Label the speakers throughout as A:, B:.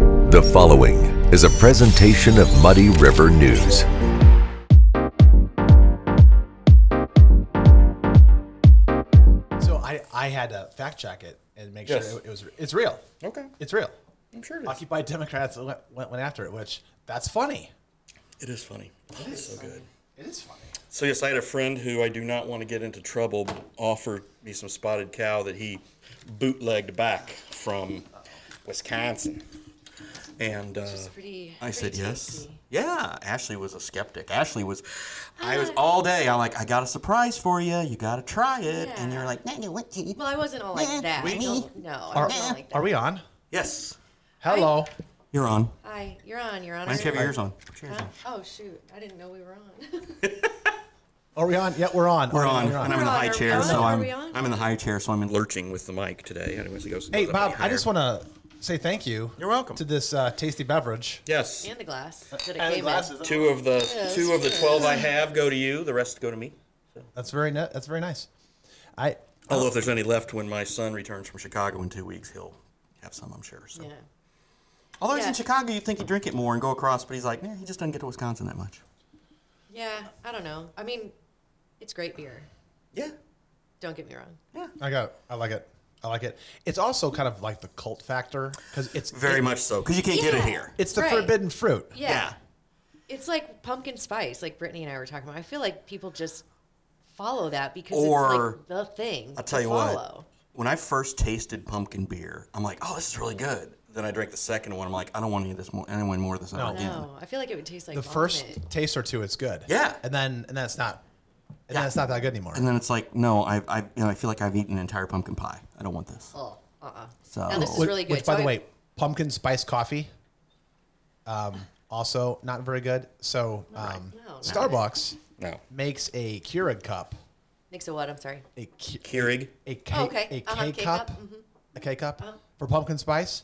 A: The following is a presentation of Muddy River News.
B: So I, I had to fact check it and make
C: Yes.
B: sure it, it was it's real.
C: Okay.
B: It's real.
C: I'm sure it is.
B: Occupied Democrats went, went went after it, which that's funny.
C: It is funny. It is so good.
B: It is funny.
C: So yes, I had a friend who I do not want to get into trouble offered me some spotted cow that he bootlegged back from Wisconsin, and uh,
D: pretty-
C: I said
D: pretty
C: yes.
D: tasty.
C: Yeah, Ashley was a skeptic. Ashley was, I
D: Ah.
C: was all day. I'm like, I got a surprise for you. You got to try it, and
D: Yeah.
C: you're like, no, no, what? do you-"
D: Well, I wasn't all like that. I don't, no, I
B: Are,
D: wasn't all like that.
B: are we on?
C: Yes,
B: Hello.
C: you're on.
D: Hi, you're on. You're on.
C: Why don't you have your
D: already.
C: ears on? Put your ears on.
D: Oh shoot! I didn't know we were on.
B: Are we on? Yeah, we're on.
C: We're
B: Oh, yeah,
C: on,
B: we're
C: and I'm in the
D: We're on.
C: high
D: Are we
C: chair,
D: on?
C: so
D: Are
C: I'm
D: we on?
C: I'm in the high chair, so I'm lurching with the mic today. Anyways, it goes.
B: hey,
C: goes up
B: Bob,
C: any
B: I just
C: higher.
B: want to say thank you.
C: You're welcome.
B: To this uh, tasty beverage.
C: Yes.
D: and the glass
B: Uh,
D: that it came in.
C: Two of the
D: Yes,
C: two of the
D: yes.
C: twelve I have go to you. The rest go to me.
B: That's very ni- that's very nice. I
C: Although
D: Oh.
C: if there's any left when my son returns from Chicago in two weeks, he'll have some, I'm sure. So.
D: Yeah.
C: Although he's in
D: Yeah.
C: Chicago, you'd think he'd drink it more and go across, but he's like, nah, he just doesn't get to Wisconsin that much.
D: Yeah. I don't know. I mean, it's great beer.
C: Yeah.
D: Don't get me wrong.
C: Yeah.
B: I got I like it. I like it. It's also kind of like the cult factor because it's
C: Very
B: it-
C: much so, because you can't get it
D: Yeah.
C: here.
B: It's the
D: Right.
B: forbidden fruit.
D: Yeah.
C: Yeah.
D: It's like pumpkin spice, like Brittany and I were talking about. I feel like people just follow that because
C: Or-
D: it's like the thing.
C: I'll tell
D: to
C: you
D: follow.
C: what. When I first tasted pumpkin beer, I'm like, oh, this is really good. Then I drank the second one. I'm like, I don't want any of this more. Anyone more of this ever again.
D: No, Oh, I feel like it would taste like
B: The first taste or two, it's good.
C: Yeah.
B: And then and then it's not. And then
C: Yeah.
B: it's not that good anymore.
C: And then it's like, no, I, I, you know, I feel like I've eaten an entire pumpkin pie. I don't want this.
D: Oh, uh-uh.
C: So-
D: now this is
B: Which-
D: really good.
B: Which, by
D: So
B: the
D: I-
B: way, pumpkin spice coffee, um, also not very good. So um,
D: No, not
B: Starbucks
C: No.
B: makes a Keurig cup,
D: makes a what? I'm sorry.
B: a K-
C: Keurig.
B: a K,
D: Oh, okay.
B: a K
D: Uh-huh,
B: cup,
D: K-cup,
B: a K cup
D: Uh-huh.
B: for pumpkin spice.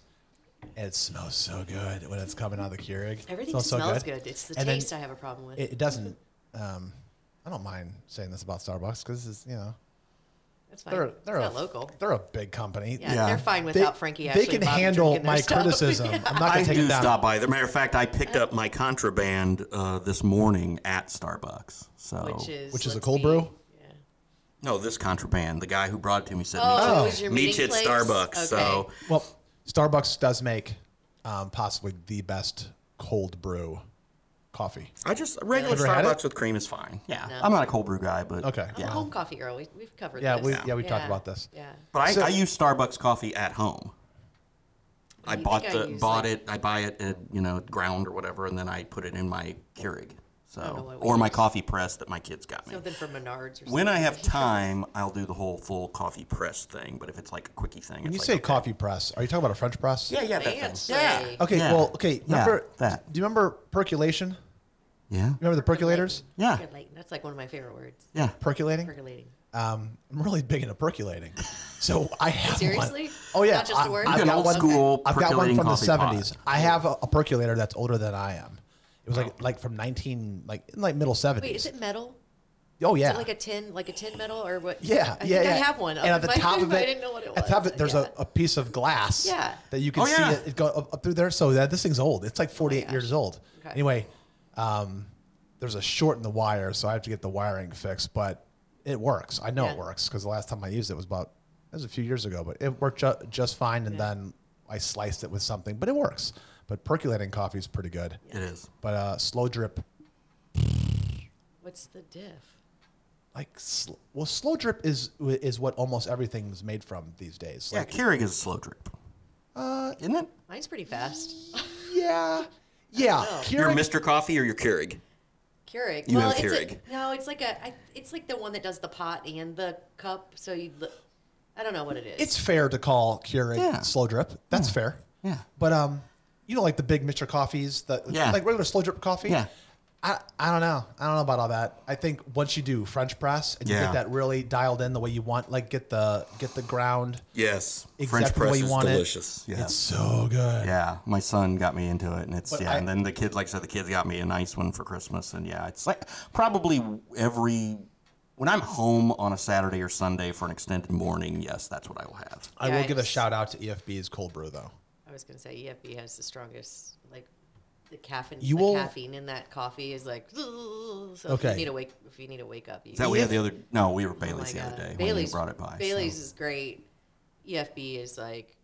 B: And it smells so good when it's coming out of the Keurig.
D: Everything
B: smells, so
D: smells good. It's the
B: And then
D: taste I have a problem with.
B: It, it doesn't. Um, I don't mind saying this about Starbucks because this is you know
D: That's fine.
B: they're they're
D: it's
B: a
D: not local.
B: They're a big company.
D: Yeah,
C: Yeah.
D: they're fine without Frankie. Ashley
B: They can
D: and Bob
B: handle
D: drinking their
B: my
D: stuff.
B: criticism. I'm not
C: I
B: gonna take
C: do
B: it down.
C: stop by. As a matter of fact, I picked up my contraband uh, this morning at Starbucks. So
D: which is
B: Which is a
D: let's
B: cold
D: see.
B: brew?
D: Yeah.
C: no, this contraband. The guy who brought it to me said,
D: Oh,
B: Oh.
D: it was your
C: meet, you- meet
D: meeting
C: you at
D: place?
C: Starbucks.
D: Okay.
C: So
B: Well, Starbucks does make um, possibly the best cold brew coffee.
C: I just regular
B: Ever had
C: Starbucks
B: it?
C: with cream is fine. Yeah,
D: No.
C: I'm not a cold brew guy, but
B: Okay.
D: I'm a
C: yeah.
D: home coffee girl. We, we've covered
B: Yeah,
D: this.
B: we yeah we talked about this.
D: Yeah.
C: But I,
B: So-
C: I use Starbucks coffee at home. I
D: You
C: bought
D: think I
C: the
D: use,
C: bought
D: like-
C: it. I buy it at you know ground or whatever, and then I put it in my Keurig.
D: don't know
C: So
D: what we
C: or my
D: use.
C: coffee press that my kids got me.
D: Something from Menards or something.
C: When I have time, I'll do the whole full coffee press thing. But if it's like a quickie thing,
B: When you
C: it's
B: say
C: like, okay.
B: coffee press, are you talking about a French press?
C: yeah, yeah, that thing.
D: Fancy.
C: yeah,
B: Okay.
C: Yeah.
B: Well, okay.
C: Yeah,
B: Remember
C: that.
B: Do you remember percolation?
C: yeah,
B: Remember the percolators?
C: Yeah.
D: Percolating. That's like one of my favorite words.
C: yeah.
B: Percolating.
D: Percolating.
B: Um, I'm really big into percolating. So I have
D: Seriously?
B: One. Oh yeah.
D: Not just a
B: I-
D: word?
B: I've
D: Like
C: an
B: got
C: old
B: one-
C: school
B: I've got one
C: percolating
B: from the
C: coffee pot.
B: 70s. I have a, a percolator that's older than I am. It was like like from 19 like in like middle 70s.
D: Wait, is it metal?
B: oh
D: Is
B: yeah.
D: it like a tin, like a tin metal, or what?
B: Yeah,
D: I
B: yeah,
D: think
B: yeah.
D: I have one. up
B: And at
D: in
B: the
D: my
B: top
D: room,
B: of it,
D: I didn't know what it was.
B: At the top of it, there's
D: Yeah.
B: a, a piece of glass.
D: Yeah. Oh,
B: That you can
C: Oh,
B: see
C: yeah.
B: it, it go up, up through there. So that this thing's old. It's like 48 years old.
D: Okay.
B: Anyway, um, there's a short in the wire, so I have to get the wiring fixed, but it works. I know it
D: Yeah.
B: works because the last time I used it was about it was a few years ago, but it worked ju- just fine. And then I sliced it with something, but it works. But percolating coffee is pretty good.
C: It is.
B: But uh, slow drip,
D: What's the diff?
B: like sl- well, slow drip is is what almost everything's made from these days.
C: Yeah, Keurig is a slow drip. Uh, isn't it?
D: Mine's pretty fast.
B: Yeah. Yeah. Keurig-
C: Your Mr. Coffee or your Keurig?
D: Keurig.
C: You
D: well,
C: have
D: it's a-
C: Keurig.
D: no, it's like a. I, it's like the one that does the pot and the cup. So you, li- I don't know what it is.
B: it's fair to call Keurig
C: Yeah.
B: slow drip. That's fair.
C: Yeah.
B: But um, you know, like the big Mr. coffees, the
C: Yeah.
B: like regular slow drip coffee.
C: Yeah.
B: I, I don't know. I don't know about all that. I think once you do French press and you
C: Yeah.
B: get that really dialed in the way you want, like get the get the ground
C: Yes.
B: exactly the way you want it.
C: Yeah.
B: It's so good.
C: yeah, my son got me into it, and it's
B: But
C: yeah.
B: I-
C: and then the kids, like I said, the kids got me a nice one for Christmas, and yeah, it's like probably every when I'm home on a Saturday or Sunday for an extended morning. Yes, that's what I will have.
B: I will give a
D: Yikes.
B: shout out to EFB's E cold brew though.
D: I was gonna say EFB has the strongest like the caffeine.
B: You
D: the
B: will-
D: caffeine in that coffee is like so If
B: Okay.
D: you need a wake, if you need a wake up, you
C: Is that we had the
D: Oh
C: other? No, we were at
D: my
C: Bailey's the other
D: God.
C: day when you
D: Bailey's
C: brought it by. so-
D: Bailey's is great. EFB is like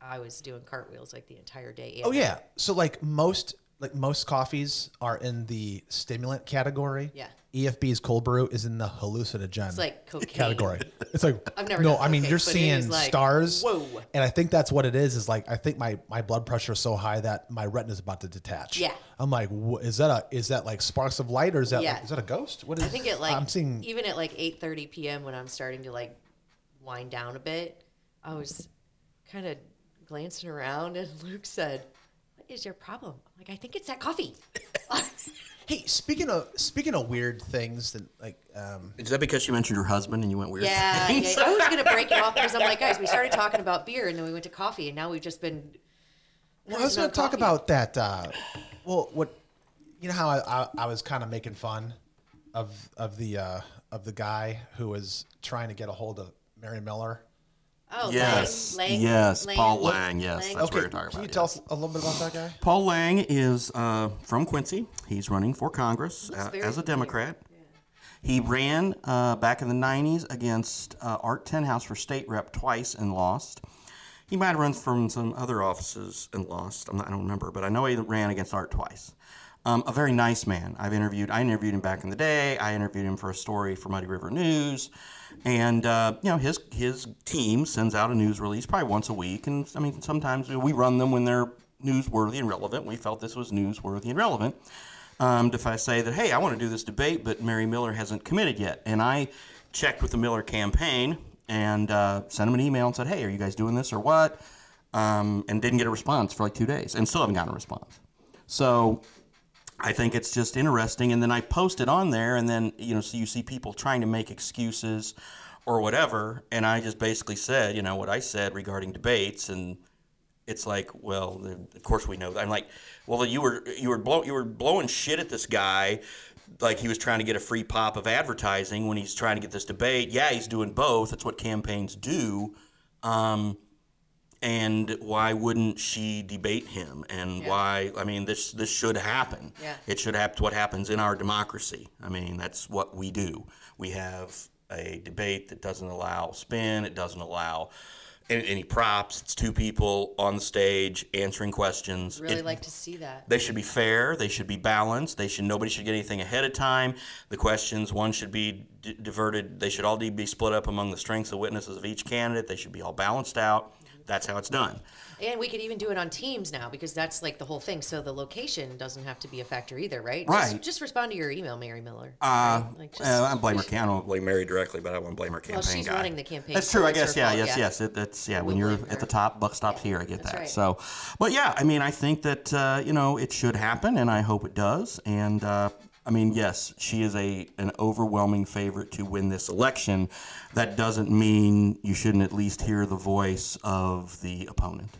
D: I was doing cartwheels like the entire day. and
B: Oh yeah. So like most like most coffees are in the stimulant category.
D: Yeah.
B: EFB's cold brew is in the hallucinogen.
D: It's like cocaine.
B: category. It's like
D: I've never
B: No,
D: done
B: I mean
D: cocaine,
B: you're
D: but it
B: seeing
D: is like,
B: stars.
D: whoa.
B: And I think that's what it is. Is like I think my my blood pressure is so high that my retina is about to detach.
D: Yeah.
B: I'm like, wha- is that a is that like sparks of light or is that
D: Yeah.
B: like, is that a ghost? What is?
D: I think it like e-
B: I'm seeing.
D: even at like 8:30 p.m. when I'm starting to like wind down a bit, I was kind of glancing around and Luke said, "What is your problem?" I'm like, "I think it's that coffee."
B: Hey, speaking of speaking of weird things that like um,
C: Is that because she mentioned her husband and you went weird?
D: yeah, yeah, I was "Oh, gonna break it off because I'm like, guys, we started talking about beer and then we went to coffee and now we've just been.
B: Well, I was
D: cruising on
B: going to talk
D: coffee.
B: about that. Uh, well, what you know how I, I, I was kind of making fun of of the uh, of the guy who was trying to get a hold of Mary Miller.
D: Oh,
C: Yes,
D: Lang, Lang,
C: yes,
D: Lang,
C: Paul Lang. Yes,
D: Lang.
C: that's what
B: Okay,
C: we were talking
B: can
C: about.
B: you
C: yes.
B: tell us a little bit about that guy?
C: Paul Lang is uh, from Quincy. He's running for Congress uh,
D: very
C: as a
D: familiar.
C: Democrat. He ran uh, back in the 90s against uh, Art Tenhouse for state rep twice and lost. He might have run from some other offices and lost. I'm not, I don't remember, but I know he ran against Art twice. Um, a very nice man. I've interviewed. I interviewed him back in the day. I interviewed him for a story for Muddy River News, and uh, you know his his team sends out a news release probably once a week. And I mean sometimes we run them when they're newsworthy and relevant. We felt this was newsworthy and relevant um, if I say that, hey, I want to do this debate, but Mary Miller hasn't committed yet. And I checked with the Miller campaign and uh, sent them an email and said, hey, are you guys doing this or what? Um, and didn't get a response for like two days and still haven't gotten a response. So I think it's just interesting. And then I post it on there, and then you know, so you see people trying to make excuses or whatever. And I just basically said, you know, what I said regarding debates, and it's like, well, the- of course we know. that. I'm like, well, you were you were blow, you were blowing shit at this guy. Like he was trying to get a free pop of advertising when he's trying to get this debate. Yeah, he's doing both. That's what campaigns do. Um, and why wouldn't she debate him and why i mean this this should happen
D: Yeah.
C: it should happen what happens in our democracy i mean that's what we do we have a debate that doesn't allow spin it doesn't allow a- any props it's two people on the stage answering questions
D: Really
C: It-
D: like to see that.
C: they should be fair. They should be balanced. They should nobody should get anything ahead of time. The questions one should be d- diverted. They should all be split up among the strengths and witnesses of each candidate. They should be all balanced out. That's how it's done.
D: And we could even do it on Teams now because that's like the whole thing. So the location doesn't have to be a factor either, right?
C: Right.
D: Just, just respond to your email, Mary Miller.
C: Uh,
D: right? Like, just-
C: uh, I blame her. cam- I don't blame Mary directly, but I want to blame her campaign
D: she's
C: guy.
D: running the campaign,
C: That's
D: so
C: true. I
D: it's her
C: guess. Yeah.
D: fault,
C: Yes.
D: yeah.
C: Yes. It, that's yeah. when
D: We
C: you're
D: blame
C: at the
D: her.
C: top, buck stops here. I get
D: that's
C: that.
D: right.
C: So, but yeah. I mean, I think that uh, you know it should happen, and I hope it does. And uh, I mean, yes, she is a an overwhelming favorite to win this election. That doesn't mean you shouldn't at least hear the voice of the opponent.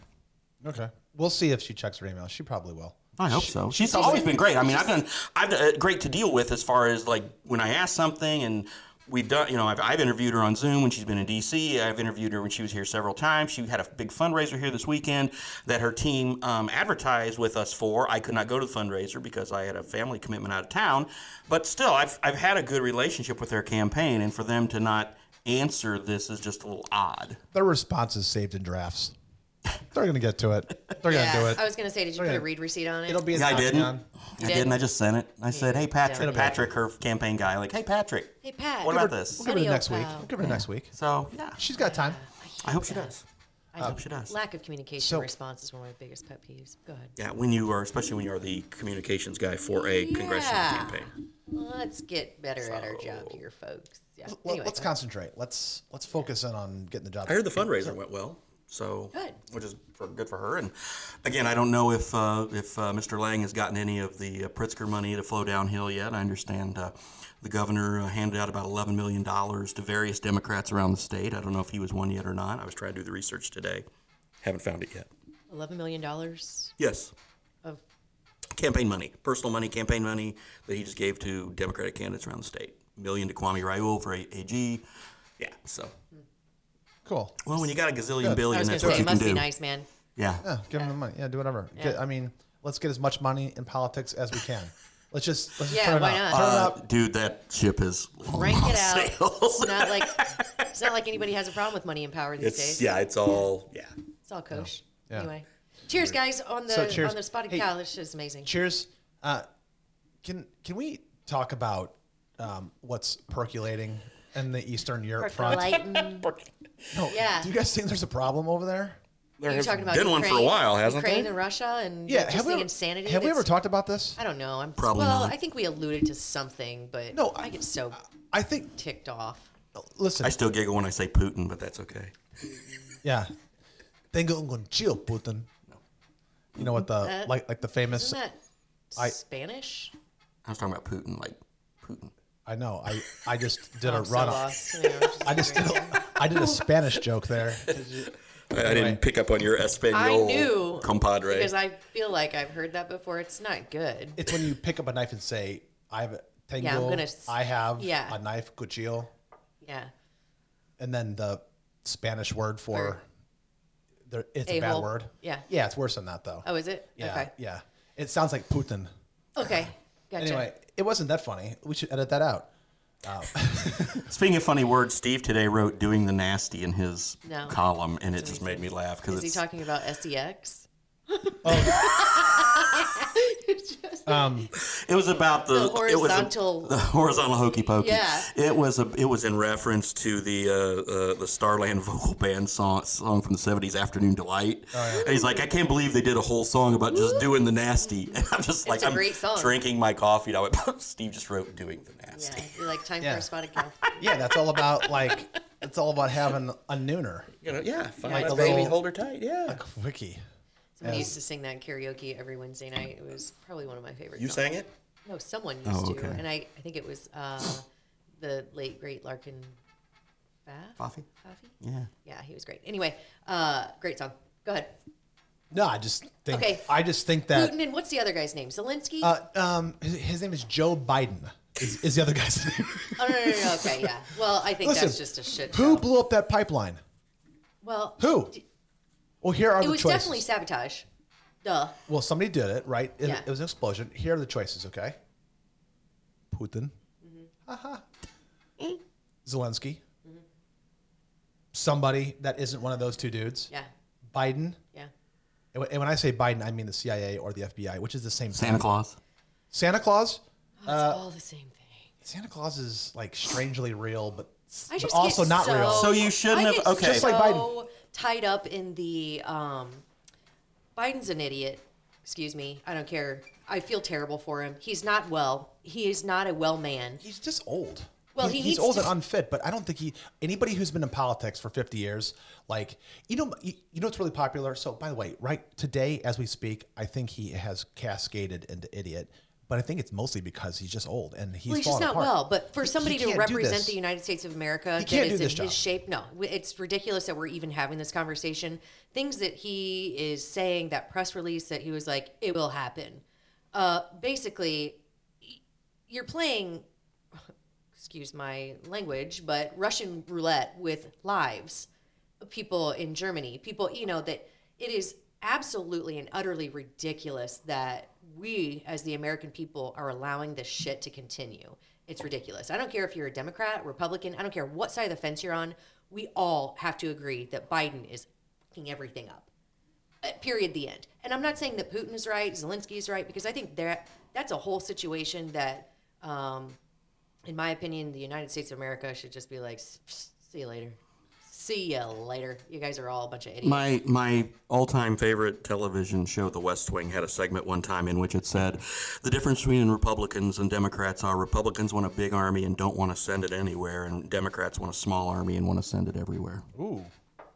B: Okay, we'll see if she checks her email. She probably will.
C: I hope so. She's always been great. I mean, I've done, I've done, uh, great to deal with as far as like when I ask something and we've done, you know, I've, I've interviewed her on Zoom when she's been in DC. I've interviewed her when she was here several times. She had a big fundraiser here this weekend that her team um, advertised with us for. I could not go to the fundraiser because I had a family commitment out of town, but still, I've, I've had a good relationship with their campaign, and for them to not answer this is just a little odd.
B: Their response is saved in drafts. They're going to get to it. They're
D: yeah,
B: going to do
D: I
B: it.
D: was gonna say, did you put
B: Okay.
D: a read receipt on it?
B: Oh, It'll be in
C: Yeah,
B: the
C: I didn't.
B: Octagon.
C: I didn't. I just sent it. I said, "Hey, Patrick,
D: It'll be
C: Patrick, her campaign guy. Like, hey, Patrick.
D: Hey, Pat.
C: What about
D: We'll-
C: this?
B: We'll give her the
D: Audio
B: next week.
D: file.
B: We'll give her the next week.
C: So yeah,
B: She's got time.
C: I hope she does.
D: I
C: I
D: know.
C: hope she does.
D: Lack of communication
B: So-
D: response is one of my biggest pet peeves. Go ahead.
C: Yeah, when you are, especially when you are the communications guy for a congressional
D: Yeah.
C: campaign.
D: Let's get better at our job here, folks. Yeah.
B: Let-
D: Anyway,
B: let's
D: go ahead.
B: concentrate. Let's let's focus in on getting the job.
C: I heard the fundraiser went well, so
D: Good.
C: which is for, good for her. And again, I don't know if uh, if uh, Mr. Lang has gotten any of the uh, Pritzker money to flow downhill yet. I understand uh, the governor uh, handed out about eleven million dollars to various Democrats around the state. I don't know if he was one yet or not. I was trying to do the research today, haven't found it yet.
D: Eleven million dollars
C: Yes.
D: of
C: campaign money, personal money, campaign money that he just gave to Democratic candidates around the state. Million to Kwame Raoul for A- AG. Yeah, so.
B: Cool.
C: Well, when you got a gazillion billion,
D: I was gonna
C: that's what you
D: say it
C: can
D: must be
C: do.
D: nice, man.
C: Yeah.
B: Yeah, give them the money. Yeah, do whatever. Get, I mean, let's get as much money in politics as we can. Let's just let's just
D: Yeah,
B: turn it up.
D: why not?
B: Turn it
C: Uh,
B: up.
C: dude, that ship is
D: Rank it out.
C: Sales.
D: It's
B: Uh,
D: not like it's not like anybody has a problem with money and power these
E: It's
D: days.
E: yeah, it's all yeah.
D: It's all kosh.
B: Yeah.
D: Anyway. Cheers guys on the
B: So cheers.
D: on the spotted
B: Hey.
D: cow. This shit is amazing.
B: Cheers. Uh, can can we talk about um, what's percolating in the Eastern Europe front?
D: Percolating.
B: No,
D: Yeah.
B: Do you guys think there's a problem over there?
E: There
D: You're
E: has
D: talking about
E: been
D: Ukraine,
E: one for a while, hasn't
D: Ukraine
E: there?
D: and Russia and
B: Yeah.
D: just
B: have
D: the
B: we ever,
D: insanity.
B: have we
D: that's-
B: ever talked about this?
D: I don't know. I'm
C: Probably
D: well.
C: not.
D: I think we alluded to something, but
B: No,
D: I,
B: I-
D: get so
B: I think.
D: ticked off.
B: Listen.
C: I still giggle when I say Putin, but that's okay.
B: yeah. Then go and go and chill, Putin. You know what the
D: That-
B: like like the famous.
D: Uh, Isn't that
B: I-
D: Spanish?
C: I was talking about Putin, like Putin.
B: I know. I I just did a
D: I'm so
B: run. up
D: lost. You know, just
B: I just did a, I did a Spanish joke there.
C: I, I didn't pick up on your Espanol
D: I knew
C: compadre.
D: because I feel like I've heard that before. It's not good.
B: It's when you pick up a knife and say, "I have a tengo,
D: gonna s-
B: I have
D: yeah.
B: a knife, cuchillo,"
D: yeah,
B: and then the Spanish word for
D: Or-
B: there, it's a bad
D: A-hole.
B: word.
D: Yeah.
B: yeah, it's worse than that though.
D: Oh, is it?
B: yeah,
D: Okay.
B: yeah. It sounds like Putin.
D: Okay. Gotcha.
B: Anyway, it wasn't that funny. We should edit that out.
C: Speaking of funny words, Steve today wrote "doing the nasty" in his
D: No.
C: column, and it just made me laugh because
D: Is he
C: it's
D: talking about E SEX?
B: Oh.
C: it was about the,
D: The
C: it was a-
D: horizontal-
C: the horizontal hokey pokey.
D: Yeah.
C: It was a it was in reference to the uh, uh, the Starland vocal band song song from the '70s, "Afternoon Delight." And he's like, I can't believe they did a whole song about just doing the nasty. And I'm just like,
D: a
C: I'm
D: great song.
C: drinking my coffee. And I went, Steve just wrote "doing the
D: Yeah.
C: nasty."
D: You're like time
B: Yeah.
D: for a spotted cow.
B: Yeah, that's all about like it's all about having a nooner,
C: You know, yeah, find
D: Like
C: my
B: a
C: baby,
B: little-
C: hold her tight. Yeah.
B: a quickie.
D: Somebody used to sing that in karaoke every Wednesday night. It was probably one of my favorite.
E: You
D: songs.
E: sang it?
D: No, someone used
C: Oh,
D: to,
C: okay.
D: and I, I think it was uh, the late great Larkin Faff.
C: Coffee.
D: Faffy?
C: Yeah.
D: Yeah, he was great. Anyway, uh, great song. Go ahead.
B: No, I just think
D: Okay.
B: I just think that
D: Putin and what's the other guy's name? Zelensky.
B: Uh, um, his, his name is Joe Biden. Is, is the other guy's name?
D: oh no, no, no, no. Okay, yeah. Well, I think that's just a shit.
B: Who
D: show.
B: blew up that pipeline?
D: Well,
B: Who? Well, here are
D: It
B: the
D: was
B: choices.
D: definitely sabotage. Duh.
B: well, somebody did it, right? It,
D: Yeah.
B: it was an explosion. Here are the choices, okay? Putin,
D: Mm-hmm.
B: haha, Zelensky, somebody that isn't one of those two dudes,
D: Yeah.
B: Biden.
D: Yeah.
B: And when- and when I say Biden, I mean the CIA or the FBI, which is the same
C: Santa
B: thing.
C: Claus.
B: Santa Claus.
D: It's
B: Uh,
D: all the same thing.
B: Santa Claus is like strangely real, but, s-
D: I
B: but
D: just
B: also
D: get
B: not
D: so,
B: real.
C: So you shouldn't
D: I
C: have-
D: get
C: okay. Just
D: So
B: like Biden.
D: tied up in the um, Biden's an idiot. Excuse me. I don't care. I feel terrible for him. He's not well. He is not a well man.
B: He's just old.
D: Well,
B: He-
D: he
B: he's
D: needs
B: old
D: to-
B: and unfit, but I don't think he anybody who's been in politics for 50 years, like you know, you, you know, it's really popular. So, by the way, right today as we speak, I think he has cascaded into idiot, but I think it's mostly because he's just old and he's,
D: Well, he's just
B: falling
D: not
B: apart.
D: well. But for
B: He- he
D: somebody to
B: can't do
D: represent
B: this.
D: the United States of America that
B: can't do
D: is in
B: this
D: his
B: job.
D: shape, no, w- it's ridiculous that we're even having this conversation. Things that he is saying, that press release that he was like, it will happen. Uh, basically, y- you're playing, excuse my language, but Russian roulette with lives. of People in Germany, people, you know, that it is absolutely and utterly ridiculous that we as the American people are allowing this shit to continue. It's ridiculous. I don't care if you're a Democrat, Republican, I don't care what side of the fence you're on. We all have to agree that Biden is fucking everything up. Uh, Period. The end. And I'm not saying that Putin is right, Zelensky is right, because I think that that's a whole situation that, um, in my opinion, the United States of America should just be like, "S- s- see you later, see ya later. You guys are all a bunch of idiots.
C: My my all-time favorite television show, The West Wing, had a segment one time in which it said, "The difference between Republicans and Democrats are Republicans want a big army and don't want to send it anywhere, and Democrats want a small army and want to send it everywhere."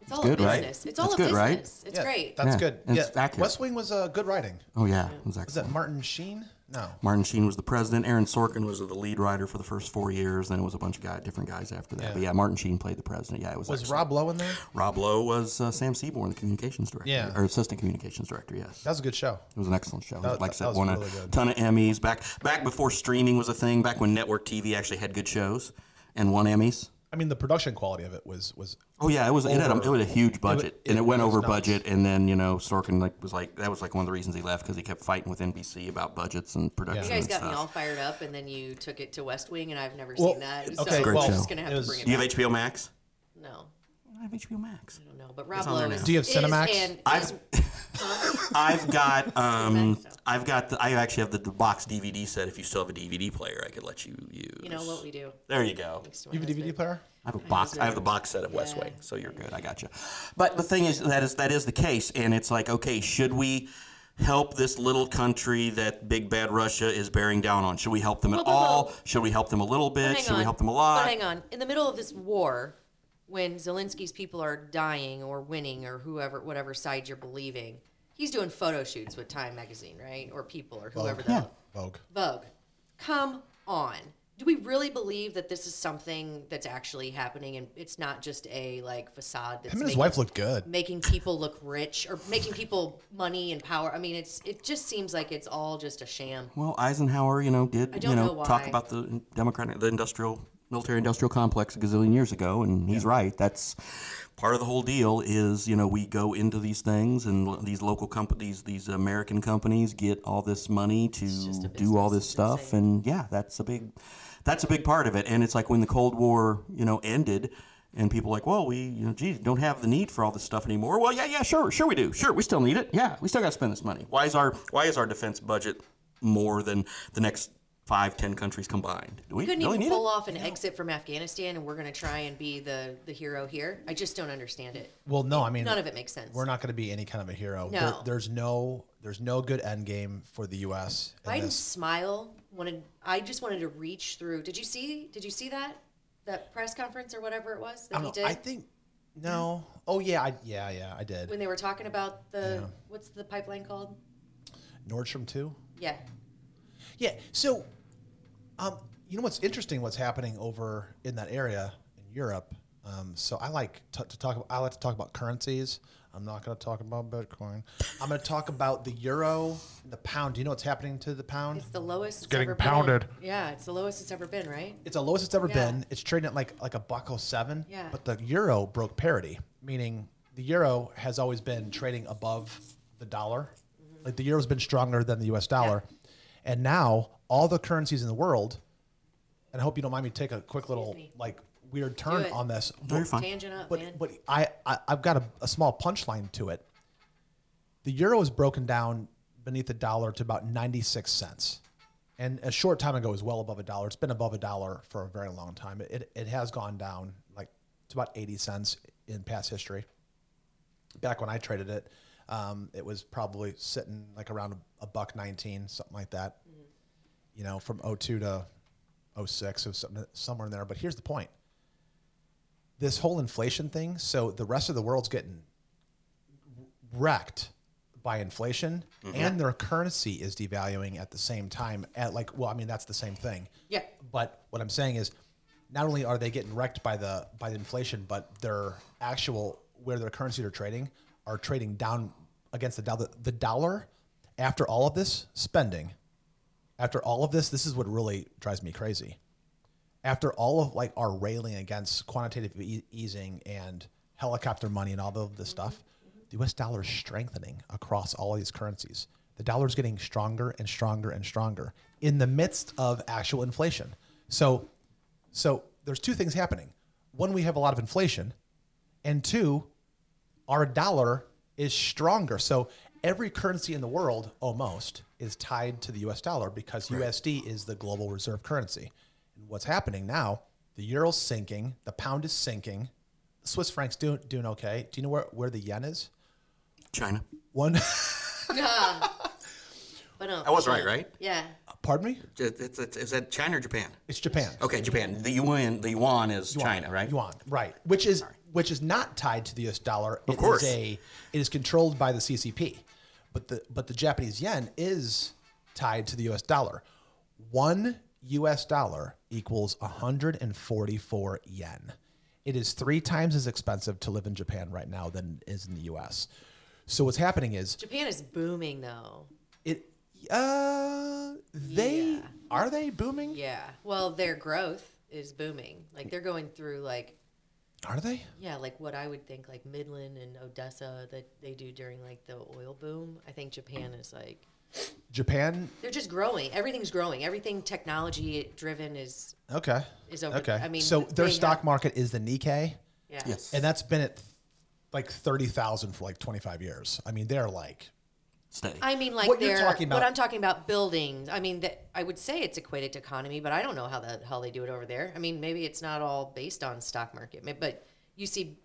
D: It's all
C: good,
D: a
C: right?
D: business. It's all
C: That's
D: a
C: good, right?
D: business. It's great.
B: That's
C: Yeah,
B: good.
C: and
B: Yeah,
C: it's accurate.
B: West Wing was uh, good writing.
C: Oh yeah, exactly.
B: Is that Martin Sheen? No,
C: Martin Sheen was the president. Aaron Sorkin was the lead writer for the first four years. Then it was a bunch of guy, different guys after that. But yeah, Martin Sheen played the president. Yeah, it was.
B: was
C: excellent.
B: Rob Lowe in there?
C: Rob Lowe was uh, Sam Seaborn, the communications director,
B: Yeah.
C: or assistant communications director. Yes.
B: That was a good show.
C: It was an excellent show.
B: That-
C: like I
B: that
C: said,
B: was
C: won
B: really
C: a
B: good.
C: ton of Emmys back back before streaming was a thing. Back when network TV actually had good shows and won Emmys.
B: I mean, the production quality of it was was
C: Oh yeah, it was it had, a, it
B: Over.
C: was a huge budget, and it
B: it
C: went
B: was
C: over
B: nuts.
C: budget. And then you know Sorkin like was like that was like one of the reasons he left because he kept fighting with NBC about budgets and production.
D: You guys
C: and
D: got
C: stuff.
D: me all fired up, and then you took it to West Wing, and I've never
B: Well,
D: seen that. So
B: okay,
D: I'm
C: well,
D: just gonna have
B: it
D: to
B: was-
D: bring it.
C: Do
D: Back.
C: you have HBO Max?
D: No,
C: I have HBO Max.
D: I don't know. But
C: on
D: Rob
C: there
D: Lowe
C: now.
D: is.
B: Do you have
D: is
B: Cinemax?
D: and-
C: I've-
D: is-
C: I've got um,
D: Max, though.
C: I've got the, I actually have the, the box DVD set. If you still have a DVD player, I could let you use.
D: you know what we do.
C: There you go.
D: Next to my
B: you have a DVD
D: husband.
B: player.
C: I have a box. I have the box set of West Wing, so you're good. I got you. But the thing is, that is that is the case, and it's like, okay, should we help this little country that big bad Russia is bearing down on? Should we help them at
D: Whoa, whoa,
C: all?
D: whoa.
C: Should we help them a little bit?
D: Hang
C: Should we
D: on.
C: help them a lot?
D: But hang on. In the middle of this war, when Zelensky's people are dying or winning or whoever, whatever side you're believing, he's doing photo shoots with Time magazine, right? Or People or whoever the
B: Vogue.
D: Vogue. Come on. Do we really believe that this is something that's actually happening and it's not just a like facade that's
B: Him and his
D: making,
B: wife looked good.
D: making people look rich or making people money and power? I mean, it's it just seems like it's all just a sham.
C: Well, Eisenhower, you know, did
D: don't
C: you know,
D: know
C: talk
D: why.
C: about the democratic, the industrial, military-industrial complex a gazillion years ago, and he's right. That's part of the whole deal. Is you know we go into these things, and lo- these local companies, these American companies, get all this money to do all this stuff, and yeah, that's a big, that's a big part of it. And it's like when the Cold War, you know, ended. And people are like, well, we, you know, geez, don't have the need for all this stuff anymore. Well, yeah, yeah, sure, sure we do. Sure, we still need it. Yeah, we still got to spend this money. Why is our, why is our defense budget more than the next five, ten countries combined. Do we
D: couldn't
C: really
D: even
C: need
D: pull
C: it?
D: off an exit from Afghanistan, and we're going to try and be the the hero here. I just don't understand it.
B: Well, no, I mean
D: None of it makes sense.
B: We're not going to be any kind of a hero.
D: No.
B: There, there's no there's no good end game for the U.S. in
D: Biden's
B: this.
D: smile wanted. I just wanted to reach through. Did you see? Did you see that that press conference or whatever it was that
B: I,
D: he
B: don't
D: did
B: know, I think no. Oh yeah, I, yeah, yeah, I did.
D: when they were talking about the what's the pipeline called?
B: Nordstrom too.
D: Yeah,
B: Yeah. So, um, you know what's interesting? What's happening over in that area in Europe? Um, so I like t- to talk. I like to talk about currencies. I'm not going to talk about Bitcoin. I'm going to talk about the euro, the pound. Do you know what's happening to the pound?
D: it's the lowest. It's,
B: getting
D: ever
B: pounded.
D: Been. Yeah, it's the lowest it's ever been, right?
B: It's the lowest it's ever
D: Yeah.
B: been. It's trading at like like a buck oh seven.
D: Yeah.
B: But the euro broke parity, meaning the euro has always been trading above the dollar.
D: Mm-hmm.
B: Like the euro's been stronger than the U.S. dollar, and now all the currencies in the world. And I hope you don't mind me take a quick little
D: me.
B: like weird turn
D: it.
B: on this.
C: No, you're fine.
D: Tangent up, man.
B: But but I, I I've got a, a small punchline to it. The euro is broken down beneath a dollar to about ninety six cents, and a short time ago it was well above a dollar. It's been above a dollar for a very long time. It it has gone down like to about eighty cents in past history. Back when I traded it, um, it was probably sitting like around a, a buck nineteen, something like that. You know, from 02 to 06, so some- somewhere in there. But here's the point this whole inflation thing. So the rest of the world's getting wrecked by inflation, and their currency is devaluing at the same time. At like, well, I mean that's the same thing.
D: Yeah.
B: But what I'm saying is, not only are they getting wrecked by the by the inflation, but their actual where their currency are trading are trading down against the dollar. The dollar, after all of this spending, after all of this, this is what really drives me crazy after all of like our railing against quantitative e- easing and helicopter money and all of this stuff, the U.S. dollar is strengthening across all these currencies. The dollar is getting stronger and stronger and stronger in the midst of actual inflation. So, so there's two things happening. One, we have a lot of inflation, and two, our dollar is stronger. So every currency in the world almost is tied to the US dollar because USD is the global reserve currency. And what's happening now, the euro's sinking, the pound is sinking, Swiss franc's doing doing okay. Do you know where, where the yen is?
C: China.
B: One
D: But um,
C: I was right, right?
D: Yeah,
B: pardon me?
C: It- it's- it's- Is that China or Japan?
B: It's Japan.
C: Okay, Japan. The yuan, the yuan is China, right?
B: Yuan, right. Which is which is not tied to the US dollar. It is
C: course.
B: a it is controlled by the CCP. But the but the Japanese yen is tied to the US dollar. 1 US dollar equals 144 yen. It is 3 times as expensive to live in Japan right now than it is in the US. So what's happening is
D: Japan is booming though.
B: it uh they are they booming?
D: Yeah. Well, their growth is booming. Like they're going through like
B: Are they?
D: yeah, like what I would think like Midland and Odessa that they do during like the oil boom. I think Japan is like
B: Japan?
D: they're just growing. Everything's growing. Everything technology driven is
B: Okay.
D: Is over-
B: okay.
D: I mean,
B: so their
D: they
B: stock
D: have-
B: market is the Nikkei,
D: yeah.
C: Yes.
B: and that's been at like thirty thousand for like twenty five years. I mean, they're like
C: Stay.
D: I mean, like
B: What you're
D: they're
B: talking
D: what
B: about-
D: I'm talking about buildings. I mean, that I would say it's equated to economy, but I don't know how the how they do it over there. I mean, maybe it's not all based on stock market, May- but you see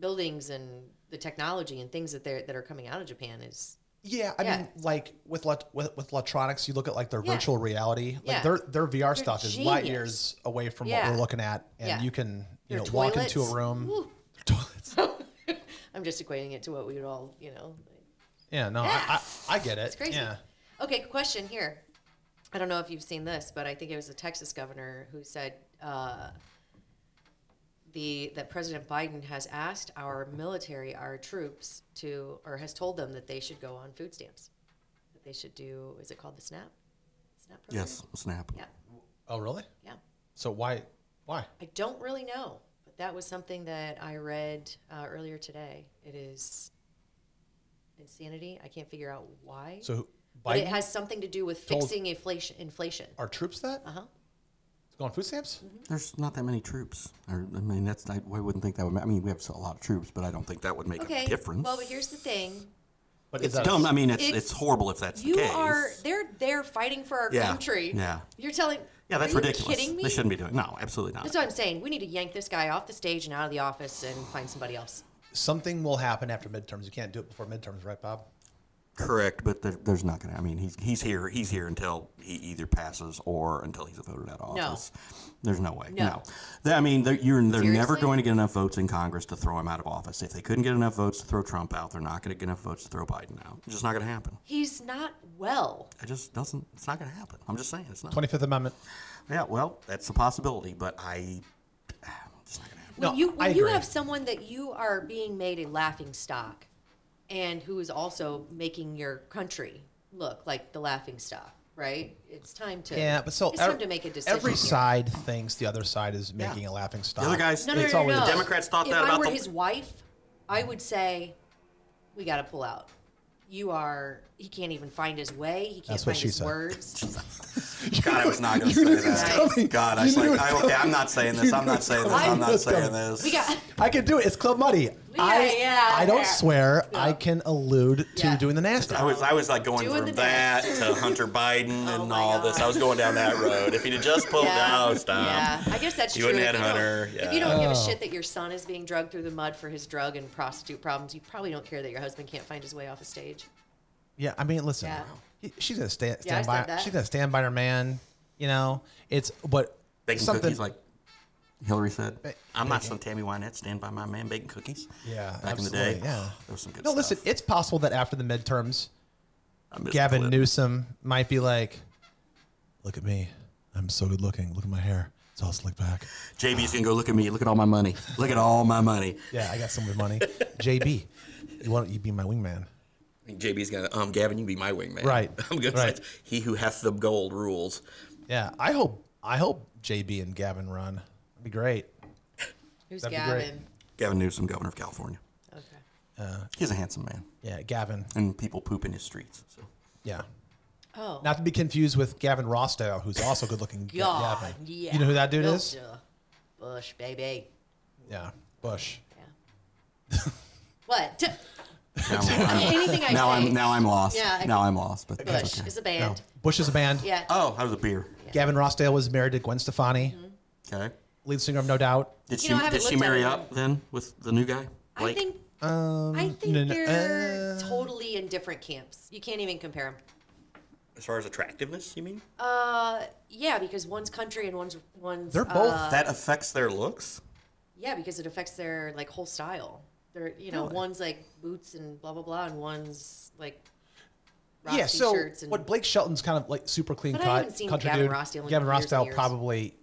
D: buildings and the technology and things that they are that are coming out of Japan is
B: Yeah, I
D: Yeah.
B: mean, like with let with with Electronics, you look at like their
D: Yeah.
B: virtual reality, like
D: Yeah.
B: their their VR stuff is light
D: genius.
B: years away from
D: Yeah.
B: what we're looking at, and
D: Yeah.
B: you can you
D: Their
B: know walk into
D: toilets.
B: a room.
D: Woo.
B: Toilets.
D: I'm just equating it to what we would all, you know.
B: Yeah, no, I, I I get it. It's
D: crazy.
B: Uh, Yeah,
D: Okay, question here. I don't know if you've seen this, but I think it was the Texas governor who said uh, the that President Biden has asked our military, our troops, to or has told them that they should go on food stamps. That they should do. Is it called the SNAP? SNAP program?
C: yes, snap.
D: Yeah.
B: Oh, really?
D: Yeah.
B: So why why?
D: I don't really know, but that was something that I read uh, earlier today. It is insanity. I can't figure out why.
B: So
D: But
B: Biden
D: it has something to do with
B: told-
D: fixing inflation. Inflation.
B: our troops that
D: Uh huh.
B: going food stamps?
D: Mm-hmm.
C: There's not that many troops. Or, I mean, that's not, I wouldn't think that would. ma- I mean, we have a lot of troops, but I don't think that would make
D: Okay.
C: a difference.
D: Well, but here's the thing.
B: But
C: it's dumb. I mean, it's, it's
D: It's-
C: horrible if that's
D: You
C: the case.
D: are they're they're fighting for our
C: Yeah.
D: country.
C: Yeah.
D: You're telling.
C: yeah, that's
D: are you
C: ridiculous.
D: Kidding me?
C: They shouldn't be doing. No, absolutely not.
D: That's what I'm saying. We need to yank this guy off the stage and out of the office and find somebody else.
B: something will happen after midterms. You can't do it before midterms, right, Bob?
C: Correct, but there, there's not going to. I mean, he's he's here. He's here until he either passes or until he's voted out of
D: No.
C: office. There's no way.
D: No.
C: No. They- I mean, they're, you're, they're never
D: Seriously?
C: going to get enough votes in Congress to throw him out of office. If they couldn't get enough votes to throw Trump out, they're not going to get enough votes to throw Biden out. It's just not going to happen.
D: He's not well.
C: It just doesn't. It's not going to happen. I'm just saying, it's not.
B: Twenty fifth Amendment.
C: Yeah, well, that's a possibility, but I. It's not going to happen.
D: When
B: No,
D: you
B: I
D: when you
B: agree.
D: have someone that you are being made a laughing stock, and who is also making your country look like the laughing stock, right? It's time to
B: Yeah, but so
D: it's
B: ev-
D: time to make a decision.
B: Every
D: here.
B: side thinks the other side is making
C: Yeah.
B: a laughing stock.
C: The other guys.
D: No, no,
C: it's
D: no, no,
C: always
D: no.
C: the Democrats thought
D: if
C: that
D: I
C: about
D: were
C: the.
D: his wife, I would say, "We got to pull out. You are. He can't even find his way. He can't
B: That's what
D: find
B: she
D: his
B: said.
D: words.
C: God, I was not going to say that.
D: coming.
C: God, I was like, I, okay, I'm not saying this. I'm not saying this. I'm not saying this.
D: We got.
B: I can do it. It's Club Muddy. I,
D: yeah,
B: I don't
D: yeah.
B: swear. I can allude to
D: Yeah.
B: doing the nasty.
C: I was I was like going
D: Doing
C: from
D: the Oh
C: that to Hunter Biden and
D: my
C: all this. I was going down that road. If he'd have just pulled out, stop.
D: yeah. I guess that's
C: You
D: true.
C: wouldn't
D: If
C: had
D: don't-
C: Hunter,
D: If you
C: yeah.
D: don't give a
B: Oh.
D: shit that your son is being drugged through the mud for his drug and prostitute problems, you probably don't care that your husband can't find his way off a stage.
B: Yeah, I mean, listen,
D: Yeah.
B: he- she's gonna stand,
D: Yeah, I
B: stand
D: said
B: by.
D: that.
B: She's gonna stand by her man. You know, it's but
C: Baking
B: something
C: cookies, like Hillary said. I'm not some Tammy Wynette. Stand by my man baking cookies.
B: Yeah,
C: back in the
B: absolutely,
C: day.
B: yeah.
C: there was some good
B: no.
C: stuff.
B: Listen, it's possible that after the midterms,
C: I missed
B: Gavin
C: the clip.
B: Newsom might be like, "Look at me, I'm so good looking. Look at my hair, it's all slicked back.
C: JB's gonna go look at me. Look at all my money. Look at all my money.
B: Yeah, I got some good money. JB, you want you be my wingman?
C: JB's gonna um Gavin, you be my wingman.
B: Right,
C: I'm gonna
B: right.
C: say he who hath the gold rules.
B: Yeah, I hope I hope JB and Gavin run. That'd be great.
D: Who's
B: That'd be great.
D: Gavin?
C: Gavin Newsom, governor of California.
D: Okay.
C: He's a handsome man,
B: Yeah, Gavin.
C: and people poop in his streets. So.
B: Yeah.
D: Oh.
B: Not to be confused with Gavin Rossdale, who's also good looking. Ga-
D: God.
B: Gavin.
D: Yeah.
B: You know who that dude
D: Built
B: is?
D: a Bush baby.
B: Yeah, Bush.
D: Yeah. what? T-
C: Now I'm-
D: Anything I
C: now
D: say.
C: I'm now I'm lost.
D: Yeah, I-
C: now I'm lost. But that's
D: Bush
C: okay.
D: is a
B: No,
D: band.
B: Bush is a band.
D: Yeah.
C: Oh, how was a beer?
B: Gavin Rossdale was married to Gwen Stefani,
D: Mm-hmm.
C: Okay.
B: lead singer of No Doubt.
C: Did
D: You
C: she
D: know, I
C: did
D: haven't
C: she
D: looked at
C: marry
D: it.
C: up then with the new guy?
D: I think.
B: um,
D: I think
B: no, no,
D: they're
B: uh,
D: totally in different camps. You can't even compare them.
C: as far as attractiveness, you mean?
D: Uh, yeah, because one's country and one's one's.
B: They're
D: uh,
B: both.
C: that affects their looks.
D: yeah, because it affects their like whole style. They're you know one's like boots and blah blah blah, and one's like rock
B: yeah, so
D: t-shirts and
B: what Blake Shelton's kind of like super clean
D: But I
B: cut
D: haven't seen
B: country
D: Gavin
B: dude.
D: Rossdale in
B: Gavin
D: years and
B: Rossdale
D: years.
B: probably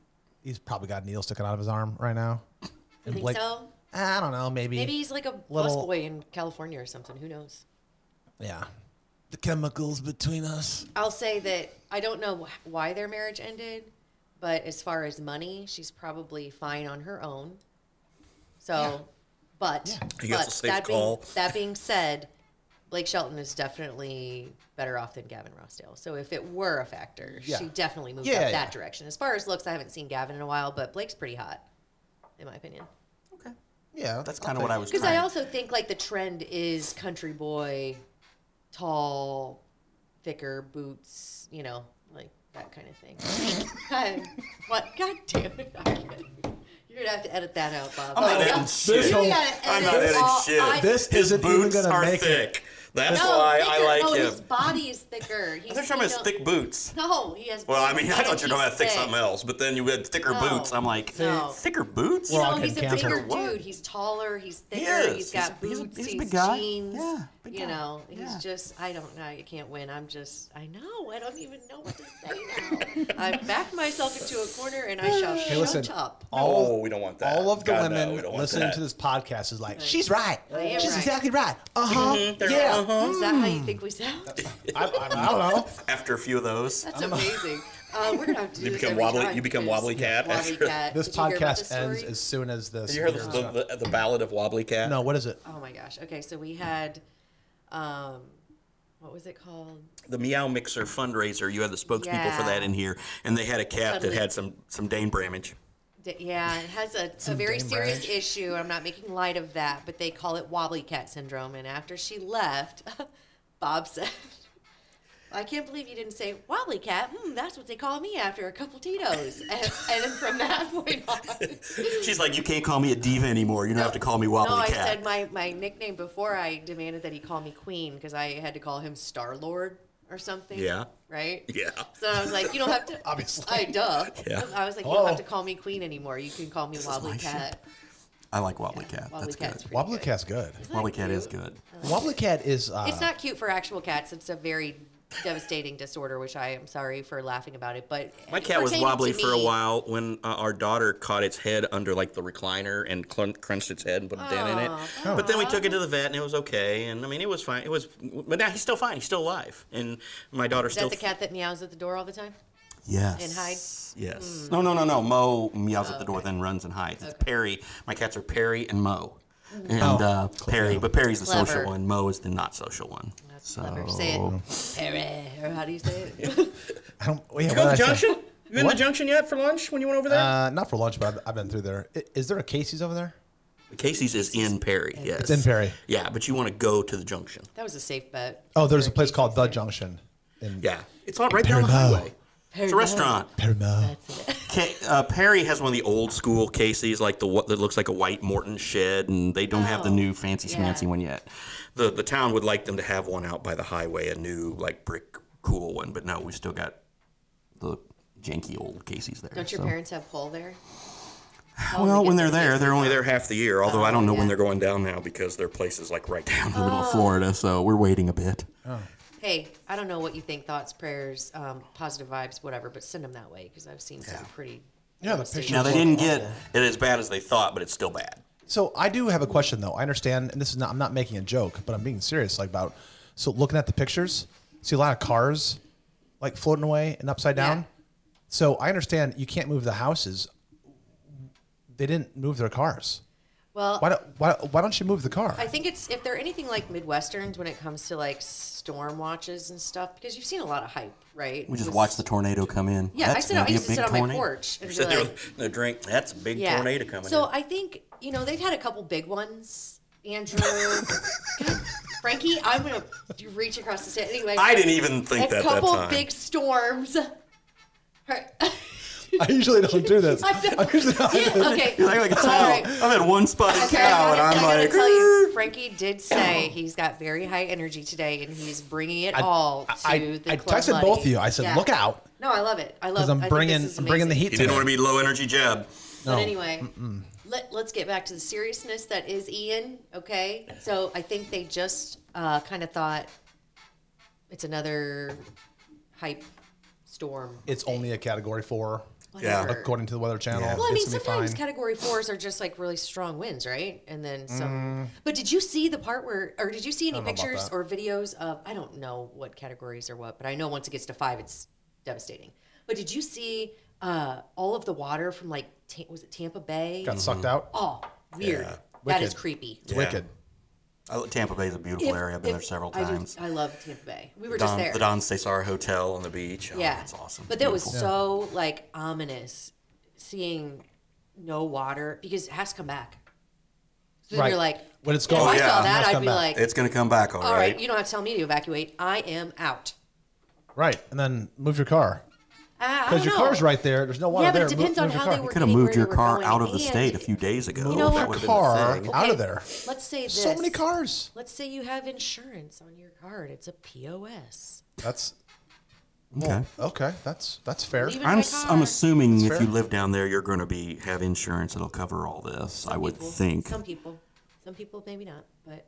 B: he's probably got a needle sticking out of his arm right now.
D: you think
B: Blake-
D: so?
B: I don't know, maybe.
D: Maybe he's like a
B: little-
D: busboy in California or something. Who knows?
B: Yeah. The chemicals between us.
D: I'll say that I don't know wh- why their marriage ended, But as far as money, she's probably fine on her own. So, but,
E: I guess
D: but
E: a safe
D: that,
E: call.
D: Being, that being said, Blake Shelton is definitely better off than Gavin Rossdale. So if it were a factor,
B: Yeah.
D: she definitely moved
B: Yeah,
D: up
B: yeah.
D: that direction. As far as looks, I haven't seen Gavin in a while, but Blake's pretty hot, in my opinion.
C: Okay.
B: Yeah,
C: That's kind of what I was.
D: Because
C: trying-
D: I also think like the trend is country boy, tall, thicker boots, you know, like that kind of thing. God, what? God damn it! You're gonna have to edit that out, Bob. Oh,
C: I'm not
D: You
C: editing Oh, shit.
D: gotta
B: whole-
D: edit
E: I'm not editing
D: all-
E: shit.
D: I-
B: This
E: His
B: isn't even
E: boots
B: gonna
E: are
B: make it.
E: thick. That's
D: no,
E: why
D: thicker,
E: I like
D: no,
E: him.
D: His body is thicker. He's,
C: They're talking about his
D: he
C: thick boots.
D: don't- No, he has.
C: Well, I
D: big
C: mean, I thought you were talking
D: thick,
C: about thick
D: he's
C: something else, but then you had thicker
D: No.
C: boots. I'm like,
D: No.
C: thicker boots?
B: We're all
D: no, he's a
B: getting
D: bigger
B: canceled.
D: dude. He's taller. He's
C: He
D: thicker.
C: is.
D: he's got
C: He's a- he's a-
D: boots.
C: he's
D: He's,
C: a big guy.
D: jeans.
C: Yeah, big
D: you
C: guy.
D: know, he's
C: Yeah.
D: just. I don't know. I can't win. I'm just. I know. I don't even know what to say now. I backed myself into a corner and I shall shut
B: listen.
D: up.
E: Oh, we don't want that.
B: all of the
E: God, no, we
B: women
E: don't want
B: listening
E: that.
B: to this podcast is like, she's right.
D: am
B: She's
D: Oh, right."
B: exactly right. Uh huh.
E: Mm-hmm.
B: yeah.
E: uh-huh.
D: Is that how you think we sound?
B: I, I, I don't know.
C: After Mm. a few of those,
D: That's amazing. Uh, we're gonna have to do
E: You
D: this
E: become
D: every
E: wobbly-
D: time
E: you become
D: because-
E: wobbly cat
D: Wobbly
E: after-
D: cat.
B: This
D: Did you hear about
B: podcast
D: this
B: ends
D: story?
B: as soon as this.
E: Did you hear this, the, the, the ballad of Wobbly Cat?
B: no, what is it?
D: Oh my gosh. Okay, so we had, um, what was it called?
C: the Meow Mixer fundraiser, you had the spokespeople for
D: Yeah.
C: that in here, and they had a cat that
D: Suddenly-
C: had some some Dane Bramage.
D: D- Yeah, it has a, a very
B: Dame
D: serious
B: Branch.
D: issue. I'm not making light of that, but they call it wobbly cat syndrome. And after she left, Bob said, I can't believe you didn't say wobbly cat. Hmm, that's what they call me after a couple Tito's. And, and from that point on,
C: She's like, you can't call me a diva anymore. You don't have to call me Wobbly
D: no, I
C: Cat.
D: said my, my nickname before I demanded that he call me Queen because I had to call him Star Lord or something.
C: Yeah.
D: Right?
C: Yeah.
D: So I was like, you don't have to.
B: Obviously.
D: I duh.
C: Yeah.
D: I was like, you don't
B: Oh.
D: have to call me Queen anymore. You can call me Wobbly
C: my
D: Cat.
C: I like Wobbly Cat.
D: Wobbly
C: That's
D: Cat's
C: good.
D: pretty
B: Wobbly
D: good.
B: Cat's good.
C: Wobbly Cat
D: cute?
C: is good.
B: Wobbly Cat is. Uh,
D: It's not cute for actual cats. It's a very devastating disorder, which I am sorry for laughing about it. But
C: My cat was
D: pertaining
C: wobbly
D: to
C: for a
D: me-
C: while when uh, our daughter caught its head under like the recliner and clun crunched its head and put a dent in it. But then we took it to the vet and it was okay. And I mean, it was fine. It was, but now he's still fine. He's still alive. And my daughter
D: Is
C: still.
D: that the cat that meows at the door all the time?
C: Yes.
D: and hides?
C: Yes.
D: Hmm.
C: No, no, no, no. Mo meows at the door, then runs and hides. It's Perry. My cats are Perry and Mo. And
E: Oh.
C: uh, Perry, but Perry's the
D: Mm-hmm. Clever.
C: social one. Mo is the not social one.
D: That's clever. Say
C: Oh.
D: it. Perry, or how do you say it?
B: I don't. Yeah,
E: Go to the
B: what did I say?
E: junction? You in
B: What?
E: the junction yet for lunch when you went over there?
B: Uh, not for lunch, but I've, I've been through there. I- Is there a Casey's over there?
C: Casey's is in Perry. Yes.
B: It's in Perry.
C: Yeah, but you want to go to the junction.
D: That was a safe bet.
B: Oh, there's a place called The Junction. In
C: Yeah. It's all right down the
B: Perry Mo.
C: highway. It's a restaurant.
B: Permo.
C: Ca- uh, Perry has one of the old school Casey's, like the what that looks like a white Morton shed, and they don't have the
D: Oh,
C: new fancy
D: yeah.
C: smancy one yet. The the town would like them to have one out by the highway, a new like brick cool one, but no, we still got the janky old Casey's there.
D: Don't your
C: so.
D: parents have pole there?
C: Well,
D: get
C: when
D: their
C: they're there,
D: cases Oh,
C: they're only there half the year. Although I don't know when
D: yeah. Oh.
C: they're
D: they're
C: going down now because their place is like right down in the middle of Florida, so we're waiting a bit.
D: Hey, I don't know what you think. Thoughts, prayers, um, positive vibes, whatever. But send them that way because I've seen some pretty.
B: Yeah, the
D: devastating-
B: pictures
C: Now they didn't get it as bad as they thought, but it's still bad.
B: So I do have a question though. I understand, and this is not. I'm not making a joke, but I'm being serious. Like about so looking at the pictures, see a lot of cars like floating away and upside down.
D: Yeah.
B: So I understand you can't move the houses. They didn't move their cars.
D: Well,
B: Why don't why, why don't you move the car?
D: I think it's if they're anything like Midwesterns when it comes to like storm watches and stuff because you've seen a lot of hype, right?
C: We just
D: With-
C: watched the tornado come in.
D: Yeah, I
C: That's
D: sit.
C: gonna
D: I
C: be a
D: used to
C: big
D: sit on my
C: tornado.
D: porch and
C: You
D: be
C: sit there
D: like,
C: with a drink. That's a big
D: yeah.
C: tornado coming.
D: So
C: in.
D: I think you know they've had a couple big ones. Andrew, God, Frankie, I'm gonna reach across the stage anyway.
C: I didn't even
D: a
C: think that that
D: couple
C: time.
D: big storms. Her-
B: I usually don't do this.
D: I know.
B: I'm usually not-
D: okay.
C: You're like, like a cow.
D: All right.
C: I'm at one spotted
D: Okay, I
C: cow, and
D: gotta-
C: I'm
D: I gotta
C: like,
D: tell you,
C: "Grr."
D: Frankie did say he's got very high energy today, and he's bringing it all to
B: I,
D: the
B: I
D: club
B: texted
D: buddy.
B: both of you. I said,
D: Yeah.
B: "Look out,"
D: No, I love it. I love.
B: because
D: I
B: I'm
D: think
B: bringing
D: this is
B: I'm bringing the
D: amazing.
B: heat.
C: you
B: today.
C: didn't want to be low energy jab.
D: But anyway, let, let's get back to the seriousness that is Ian. Okay, so I think they just uh, kind of thought it's another hype storm.
B: It's only a Category Four,
C: Yeah.
D: Whatever.
B: according to the Weather Channel.
C: Yeah.
D: Well, I
B: It's
D: mean,
B: gonna be
D: sometimes
B: fine.
D: category fours are just like really strong winds, right? And then some. But did you see the part where, or did you see any
B: Mm. know about
D: pictures
B: that.
D: or videos of? I don't know what categories or what, but I know once it gets to five, it's devastating. But did you see uh, all of the water from like Ta- was it Tampa Bay?
B: Got
C: Mm-hmm.
B: sucked out.
D: Oh, weird.
E: Yeah.
D: That is
B: Wicked.
D: creepy.
B: It's wicked.
C: I lo- Tampa Bay is a beautiful
D: If-
C: area. I've been
D: if-
C: there several
D: I do-
C: times.
D: I, love Tampa Bay. We were just
C: Don,
D: there.
C: the Don Cesar Hotel on the beach. Oh,
D: yeah,
C: it's awesome.
D: But that was
C: Beautiful.
D: so like ominous, seeing no water because it has to come back. So then
B: Right.
D: you're like,
B: When it's
D: if
B: gone,
D: I
C: yeah,
D: saw
C: it
D: that,
B: must
D: I'd
B: come
D: be
B: back.
D: like,
C: It's going to come back,
D: all right. you don't have to tell me to evacuate. I am out.
B: Right. And then move your car.
D: Because
B: Because your car's right there. There's no water
D: Yeah, but
B: there.
D: it
B: move,
D: depends on
B: move your
D: how they
B: car.
D: were.
C: Could have
D: getting
C: moved
D: where
C: your
D: they were
C: car
D: going.
C: out of the
D: And
C: state a few days ago.
D: know
C: that
D: what?
C: would have been the
B: Car
C: thing.
B: out of
D: Okay.
B: there.
D: Let's say this.
B: So many cars.
D: Let's say you have insurance on your card. It's a POS.
B: That's
C: Okay.
B: okay. That's that's fair.
D: Leave it in
C: I'm,
D: my
C: s- I'm
D: car.
C: assuming if you live down there, you're going to be have insurance that'll cover all this. I would
D: people.
C: think.
D: Some people. Some people maybe not. But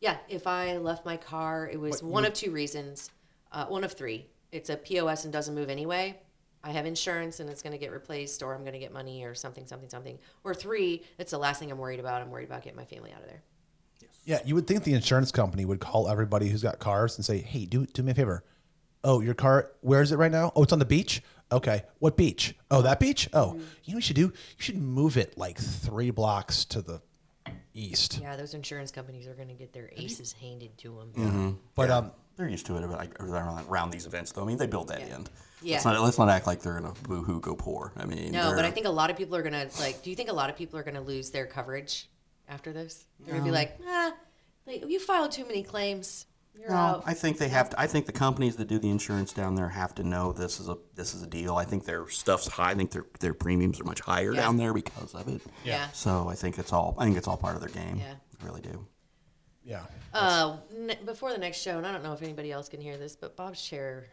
D: yeah, if I left my car, it was one of two reasons. Uh, one of three. It's a POS and doesn't move anyway. I have insurance and it's going to get replaced, or I'm going to get money, or something, something, something. Or three, it's the last thing I'm worried about. I'm worried about getting my family out of there.
B: Yeah, you would think the insurance company would call everybody who's got cars and say, "Hey, do do me a favor. Oh, your car, where is it right now? Oh, it's on the beach. Okay, what beach? Oh, that beach. Oh,
D: Mm-hmm.
B: you know what you should do? You should move it like three blocks to the east.
D: Yeah, those insurance companies are going to get their aces handed to them.
C: Mm-hmm.
B: But um,
C: They're used to it about, like, around, around these events, though. I mean, they build that in.
D: Yeah.
C: Let's not, let's not act like they're going to boo-hoo go poor. I mean,
D: No, but
C: they're-
D: I think a lot of people are gonna like. Do you think a lot of people are gonna lose their coverage after this? They're gonna be like, ah, like, you filed too many claims. You're
C: No,
D: out.
C: I think they have to. I think the companies that do the insurance down there have to know this is a this is a deal. I think their stuff's high. I think their their premiums are much higher down there because of it.
D: yeah.
C: So I think it's all. I think it's all part of their game.
D: Yeah.
C: I really do.
B: yeah,
D: Uh, n- before the next show, and I don't know if anybody else can hear this, but Bob's chair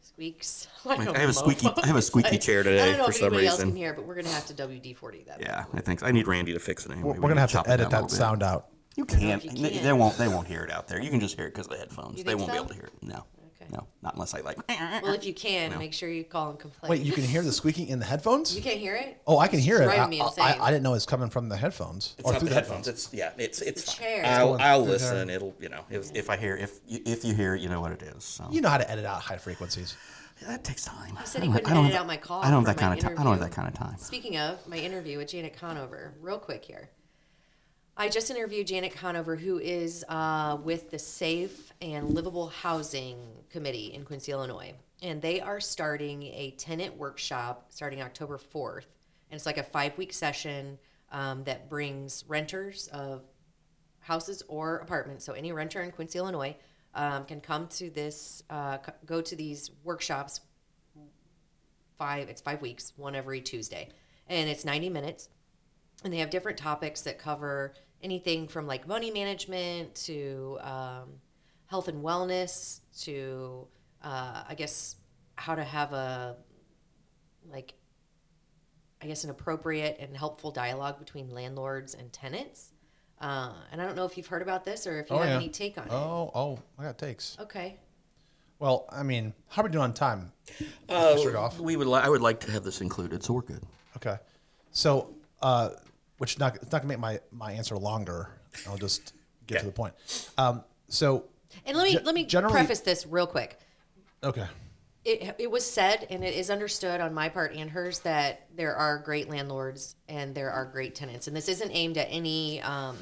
D: squeaks. Like
C: I have a squeaky. I have a squeaky chair
D: I
C: today
D: don't know
C: for
D: if
C: some
D: anybody else can
C: reason.
D: hear, but we're gonna have to WD forty that.
C: Yeah, I think I need Randy to fix it. Anyway.
B: we're,
C: We
B: we're
C: need
B: gonna have to
C: chop it
B: edit
C: down a
B: that
C: little bit.
B: sound out.
C: You can't.
D: you
C: They-
D: can.
C: They won't. They won't hear it out there. You can just hear it because of the headphones. They
D: think
C: won't be
D: so?
C: able to hear it. No.
D: Okay.
C: No. Not unless I like.
D: Well, if you can, make sure you call and complain.
B: Wait, you can hear the squeaking in the headphones?
D: You can't hear it.
B: oh, I can hear it.
D: driving
B: I,
D: me
B: I-
D: insane.
B: I, I didn't know it's coming from the headphones
E: It's not the headphones. It's yeah. It's it's,
D: the
E: fine.
D: chair.
E: I'll
B: Going
E: I'll
B: through
E: listen. It'll you know. It was,
C: If I hear if you, if you hear it, you know what it is. So.
B: You know how to edit out high frequencies.
C: That takes time. He
D: said he wouldn't edit out my call
C: I don't have
D: for
C: that
D: my
C: kind of time. I don't have
D: interview.
C: that kind of time.
D: Speaking of my interview with Janet Conover, real quick here. I just interviewed Janet Conover, who is uh, with the Safe and Livable Housing Committee in Quincy, Illinois. And they are starting a tenant workshop starting October 4th. And it's like a five week session um, that brings renters of houses or apartments. So any renter in Quincy, Illinois um, can come to this, uh, c- go to these workshops five it's five weeks one every tuesday and it's 90 minutes and they have different topics that cover anything from like money management to um, health and wellness to uh, i guess how to have a like i guess an appropriate and helpful dialogue between landlords and tenants uh, and i don't know if you've heard about this or if you
B: Oh,
D: have
B: yeah.
D: any take on
B: Oh, oh, I got takes.
D: it okay
B: Well, I mean, how are we doing on time? Mr. Goff?
C: We would. Li- I would like to have this included, so we're good.
B: Okay. So, uh, which not it's not gonna make my my answer longer. I'll just get to the point. Um, so,
D: and let me
B: Ge-
D: let me
B: generally-
D: preface this real quick
B: okay,
D: it, it was said and it is understood on my part and hers that there are great landlords and there are great tenants and this isn't aimed at any um,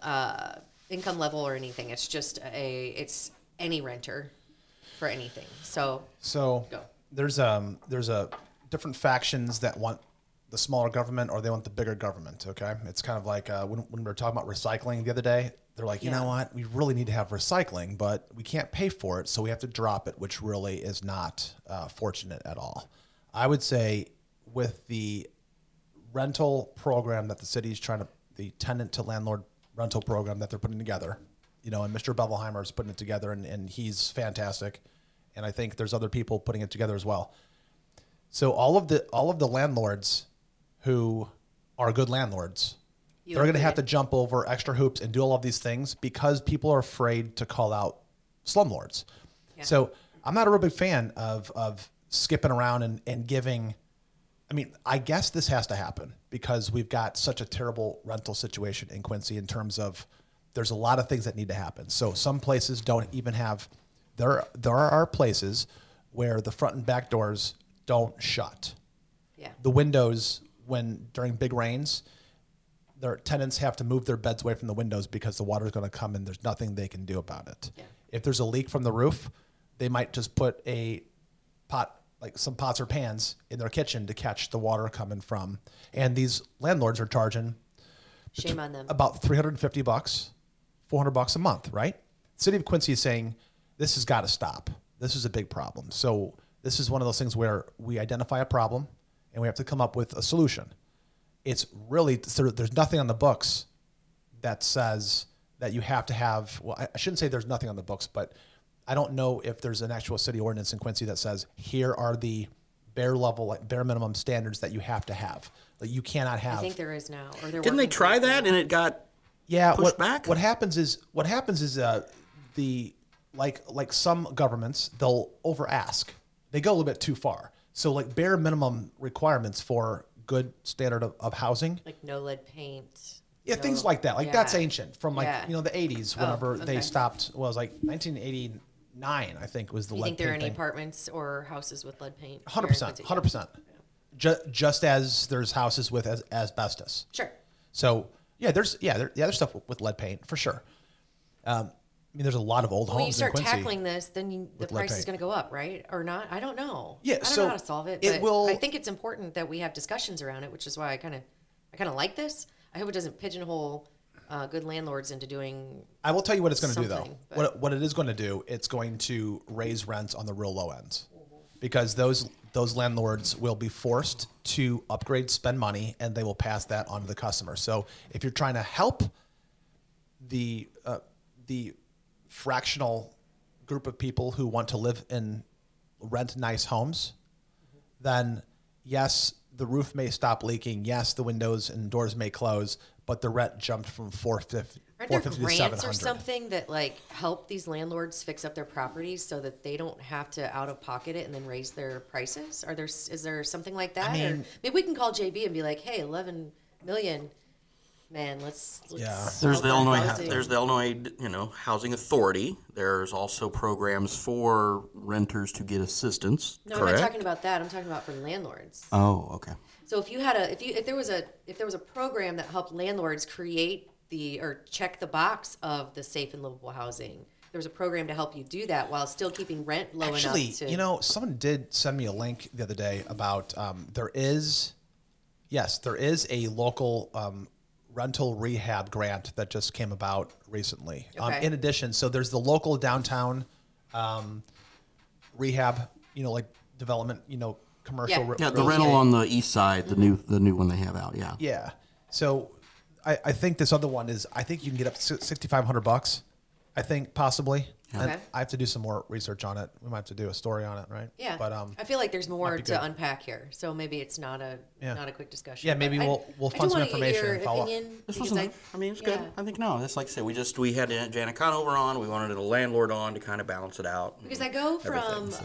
D: uh, income level or anything it's just a it's any renter for anything so
B: so
D: Go.
B: there's um there's a different factions that want the smaller government or they want the bigger government. Okay, it's kind of like uh, when when we were talking about recycling the other day. They're like, you know what? We really need to have recycling, but we can't pay for it, so we have to drop it, which really is not uh, fortunate at all. I would say with the rental program that the city is trying to the tenant to landlord rental program that they're putting together you know and mr bevelheimer is putting it together and, and he's fantastic and i think there's other people putting it together as well so all of the all of the landlords who are good landlords they're going to have to jump over extra hoops and do all of these things because people are afraid to call out slumlords so i'm not a real big fan of of skipping around and, and giving I mean, I guess this has to happen because we've got such a terrible rental situation in Quincy in terms of there's a lot of things that need to happen. So some places don't even have there there are places where the front and back doors don't shut.
D: Yeah.
B: the windows when during big rains, their tenants have to move their beds away from the windows because the water's going to come and there's nothing they can do about it.
D: Yeah.
B: If there's a leak from the roof, they might just put a pot, like some pots or pans, in their kitchen to catch the water coming from. And these landlords are charging
D: Shame on them.
B: about 350 bucks, 400 bucks a month, right? City of Quincy is saying this has got to stop. This is a big problem. So this is one of those things where we identify a problem and we have to come up with a solution. It's really there- there's nothing on the books that says that you have to have. Well, I I shouldn't say there's nothing on the books, but I don't know if there's an actual city ordinance in Quincy that says here are the bare level, like bare minimum standards that you have to have. That you cannot have.
D: I think there is now. Or there
C: Didn't they try that and it got?
B: Yeah,
C: pushed
B: what,
C: back?
B: What happens is what happens is uh, the like like some governments they'll over ask. They go a little bit too far. So like bare minimum requirements for good standard of, of housing.
D: Like no lead paint.
B: Yeah,
D: no-
B: things like that. Like that's
D: Oh, Yeah.
B: ancient from like
D: Yeah. Oh,
B: you know the 80s whenever they
D: okay.
B: stopped. Well, it was like 1989 I think was the
D: You
B: lead
D: think there are
B: paint
D: any
B: thing.
D: apartments or houses with lead paint? here in
B: 100%.
D: Quincy?
B: 100%. Ju- just as there's houses with as- asbestos.
D: Sure.
B: So yeah, there's yeah, there, yeah, there's stuff with lead paint for sure. Um, I mean, there's a lot of old homes
D: When you start
B: in Quincy.
D: tackling this, then you, the
B: with lead
D: price is
B: paint.
D: going to go up, right? Or not? I don't know.
B: Yeah,
D: I don't
B: so
D: know how to solve it.
B: it
D: But
B: will-
D: I think it's important that we have discussions around it, which is why I kind of, I kind of like this. I hope it doesn't pigeonhole uh, good landlords into doing.
B: I will tell you what it's going to do though.
D: something, but-
B: What what it is going to do, it's going to raise rents on the real low ends, because those those landlords will be forced to upgrade, spend money, and they will pass that on to the customer. So if you're trying to help the uh, the fractional group of people who want to live in rent nice homes, then yes, the roof may stop leaking. Yes, the windows and doors may close, but the rent jumped from four fifty.
D: Aren't there
B: 450 to
D: grants or
B: 700.
D: something that like help these landlords fix up their properties so that they don't have to out of pocket it and then raise their prices? Are there is there something like that? or
B: mean-
D: maybe we can call JB and be like, hey, eleven million, man, let's, let's
B: Yeah. There's
C: There's
D: help
C: the
D: our
C: Illinois.
D: housing."
C: There's the Illinois. You know, housing authority. There's also programs for renters to get assistance.
D: No,
C: correct?
D: I'm not talking about that. I'm talking about for landlords.
C: Oh, okay.
D: So if you had a if you if there was a if there was a program that helped landlords create the or check the box of the safe and livable housing, there was a program to help you do that while still keeping rent low
B: Actually,
D: enough to
B: you know, someone did send me a link the other day about um, there is, yes, there is a local um, rental rehab grant that just came about recently. Um,
D: Okay.
B: in addition, so there's the local downtown um, rehab, you know, like development, you know, commercial.
D: Yeah.
B: re-
C: Yeah, the
B: real-
C: rental on the east side, the new, the new one they have out. Yeah.
B: Yeah. So I, I think this other one is I think you can get up to sixty five hundred bucks. I think possibly. And
D: Okay.
B: I have to do some more research on it. We might have to do a story on it, right?
D: yeah.
B: But um,
D: I feel like there's more
B: be
D: to
B: good.
D: unpack here, so maybe it's not a
B: Yeah.
D: not a quick discussion.
B: Yeah,
D: but
B: maybe
D: I-
B: we'll- we'll
D: I do
B: find some
D: wanna get
B: information
D: your
B: and follow up.
D: opinion
C: This
D: because
C: wasn't. I, mean, it's good.
D: yeah.
C: I think no. It's like I said, we just we had Janet Conover on. We wanted a landlord on to kind of balance it out.
D: because I go
C: everything,
D: from
C: so.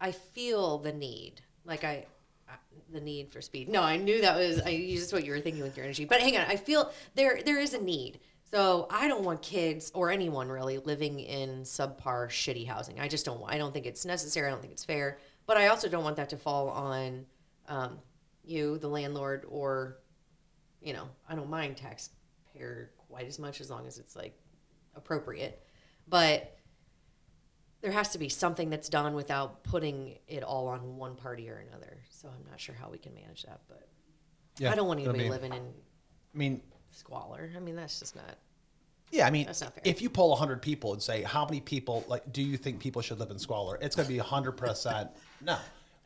D: I feel the need, like I I- the need for speed. No, I knew that was I you- just what you were thinking with your energy. But hang on, I feel there there is a need. So I don't want kids or anyone really living in subpar shitty housing. I just don't. I don't think it's necessary. I don't think it's fair. But I also don't want that to fall on um, you, the landlord, or you know, I don't mind taxpayer quite as much as long as it's like appropriate. But there has to be something that's done without putting it all on one party or another. So I'm not sure how we can manage that, but
B: yeah,
D: I don't want
B: it'll
D: anybody
B: be-
D: living in
B: I mean,
D: squalor. I mean, that's just not.
B: yeah, I mean,
D: That's not fair.
B: if you poll 100 people and say, how many people, like, do you think people should live in squalor? It's going to be 100% no.
D: know.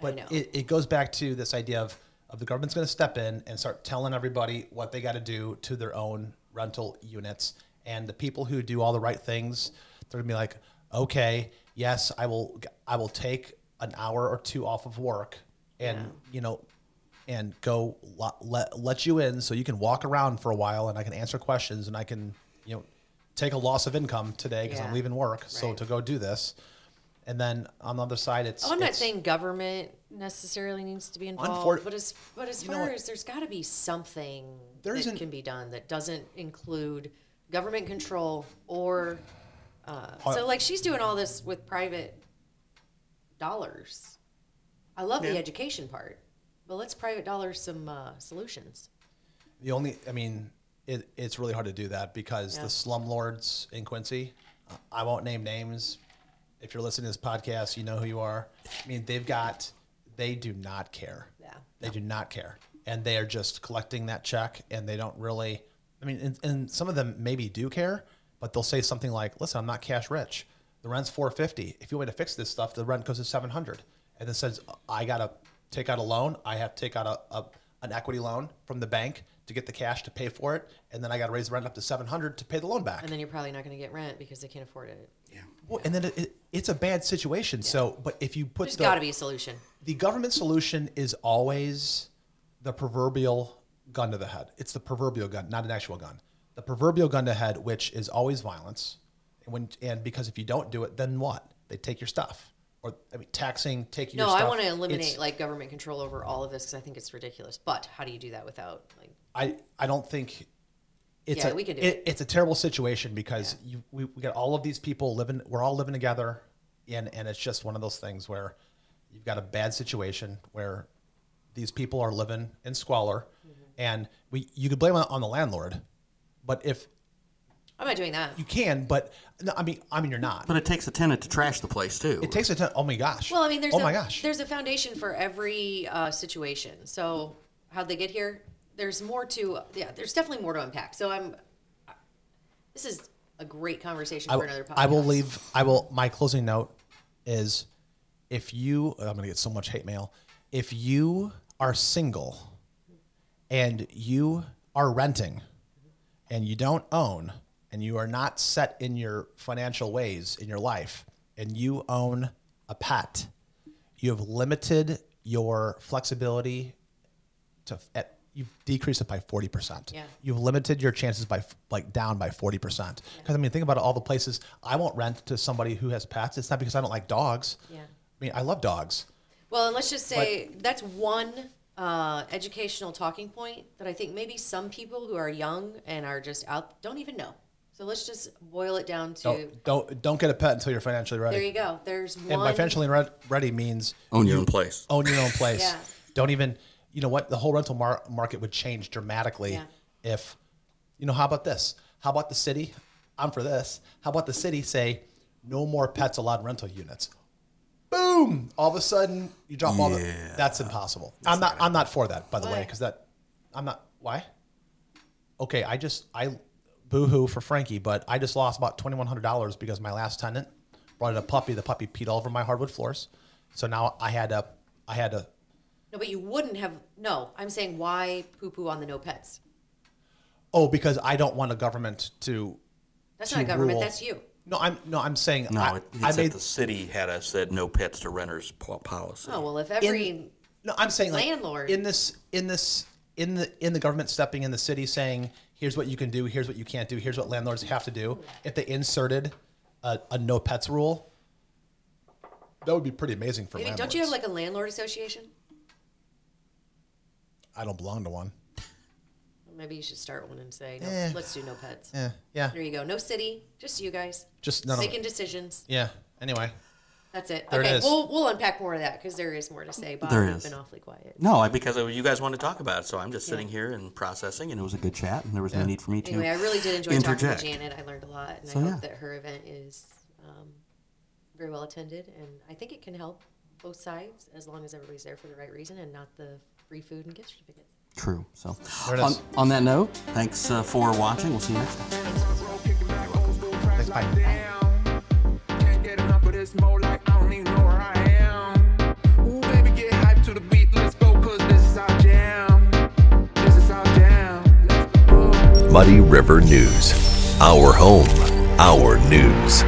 B: But it, it goes back to this idea of, of the government's going to step in and start telling everybody what they got to do to their own rental units. And the people who do all the right things, they're going to be like, okay, yes, I will, I will take an hour or two off of work and, you know, and go lo- let, let you in so you can walk around for a while and I can answer questions and I can, you know, take a loss of income today because I'm
D: Yeah.
B: leaving work. So
D: Right.
B: to go do this. And then on the other side, it's.
D: Oh, I'm not
B: it's-
D: saying government necessarily needs to be involved,
B: Unfor-
D: but as but as
B: know
D: far
B: what?
D: as there's got to be something
B: There
D: that
B: isn't-
D: can be done that doesn't include government control or. Uh,
B: Oh.
D: so like she's doing all this with private dollars. I love the education part, but let's private dollar some uh, solutions.
B: The only, I mean, it, it's really hard to do that because the slumlords in Quincy, uh, I won't name names. If you're listening to this podcast, you know who you are. I mean, they've got, they do not care.
D: Yeah.
B: They do not care. And they are just collecting that check and they don't really, I mean, and, and some of them maybe do care, but they'll say something like, listen, I'm not cash rich. The rent's 450. If you want me to fix this stuff, the rent goes to 700. And then says, I got to take out a loan. I have to take out a, a, an equity loan from the bank to get the cash to pay for it. And then I got to raise the rent up to 700 to pay the loan back.
D: And then you're probably not going to get rent because they can't afford it.
B: Well, and then it, it, it's a bad situation. So, but if you put
D: There's
B: the,
D: got to be a solution.
B: the government solution is always the proverbial gun to the head. It's the proverbial gun, not an actual gun. The proverbial gun to head, which is always violence. And when and because if you don't do it, then what? They take your stuff, or I mean, taxing, taking
D: No,
B: your stuff.
D: I want to eliminate
B: It's-
D: like government control over all of this because I think it's ridiculous. But how do you do that without like?
B: I I don't think it's
D: Yeah,
B: a,
D: we can do it.
B: It's a terrible situation because you, we we got all of these people living. We're all living together, and and it's just one of those things where you've got a bad situation where these people are living in squalor,
D: Mm-hmm.
B: and we you could blame it on the landlord, but if
D: I'm not doing that.
B: you can, but no, I mean I mean you're not.
C: But it takes a tenant to trash the place too.
B: it takes a ton. Oh my gosh.
D: Well, I mean, there's
B: oh
D: a,
B: my gosh.
D: there's a foundation for every uh, situation. So how'd they get here? There's more to yeah. There's definitely more to unpack. So I'm. This is a great conversation for another podcast.
B: I will leave. I will. My closing note is, if you, oh, I'm gonna get so much hate mail. If you are single, and you are renting, and you don't own, and you are not set in your financial ways in your life, and you own a pet, you have limited your flexibility to at, you've decreased it by 40%.
D: Yeah.
B: You've limited your chances by f- like down by 40%. Cuz I mean think about all the places I won't rent to somebody who has pets. It's not because I don't like dogs.
D: Yeah.
B: I mean, I love dogs.
D: Well, and let's just say that's one uh, educational talking point that I think maybe some people who are young and are just out don't even know. So let's just boil it down to
B: Don't, don't don't get a pet until you're financially ready.
D: there you go. There's one.
B: Oh, and by financially re- ready means
C: Own your own place.
B: own your own place.
D: Yeah.
B: Don't even, you know what? The whole rental mar- market would change dramatically
D: Yeah.
B: if, you know, how about this? How about the city? I'm for this. How about the city say, no more pets allowed in rental units? Boom! All of a sudden, you drop all the. That's impossible. I'm not. I'm not for that, by the way,
D: Why?
B: because that. I'm not. Why? Okay, I just I boohoo for Frankie, but I just lost about twenty one hundred dollars because my last tenant brought in a puppy. The puppy peed all over my hardwood floors, so now I had to. I had to.
D: No, but you wouldn't have. No, I'm saying why poo poo on the no pets?
B: Oh, because I don't want a government to.
D: That's
B: to
D: not a government.
B: rule-
D: That's you.
B: No, I'm no, I'm saying
C: No,
B: I,
C: it,
B: I
C: it's that
B: made.
C: the city had a said no pets to renters po- policy.
D: Oh well, if every
B: No, I'm saying like
D: Landlord.
B: in this in this in the in the government stepping in the city saying here's what you can do, here's what you can't do, here's what landlords have to do. If they inserted a, a no pets rule, that would be pretty amazing for
D: maybe
B: landlords.
D: don't you have like a landlord association?
B: I don't belong to one.
D: Maybe you should start one and say, no,
B: Eh.
D: let's do no pets.
B: Yeah, yeah,
D: There you go. No city, just you guys
B: just none
D: making
B: of
D: decisions.
B: yeah. Anyway,
D: That's it.
B: There it
D: okay,
B: is.
D: we'll we'll unpack more of that because there is more to say. Bob,
C: There
D: you've
C: is.
D: been awfully quiet.
C: No, I, because I- you guys wanted to talk about it, so I'm just sitting here and processing, and it was a good chat, and there was no need for me to.
D: Anyway, I really did enjoy
C: interject.
D: talking to Janet. I learned a lot, and
C: So,
D: I
C: yeah.
D: hope that her event is um, very well attended. And I think it can help both sides as long as everybody's there for the right reason and not the free food and gift certificates.
C: True. So,
B: There it
C: on,
B: is.
C: on that note, thanks uh, for watching. We'll see you next time.
B: Thanks, bye.
F: down. Can't get enough of this mode like I don't even know where I am. Ooh, baby, get hyped to the beat. Let's go, cause this is our jam. This is our jam. Let's go.
A: Muddy River News. Our home, our news.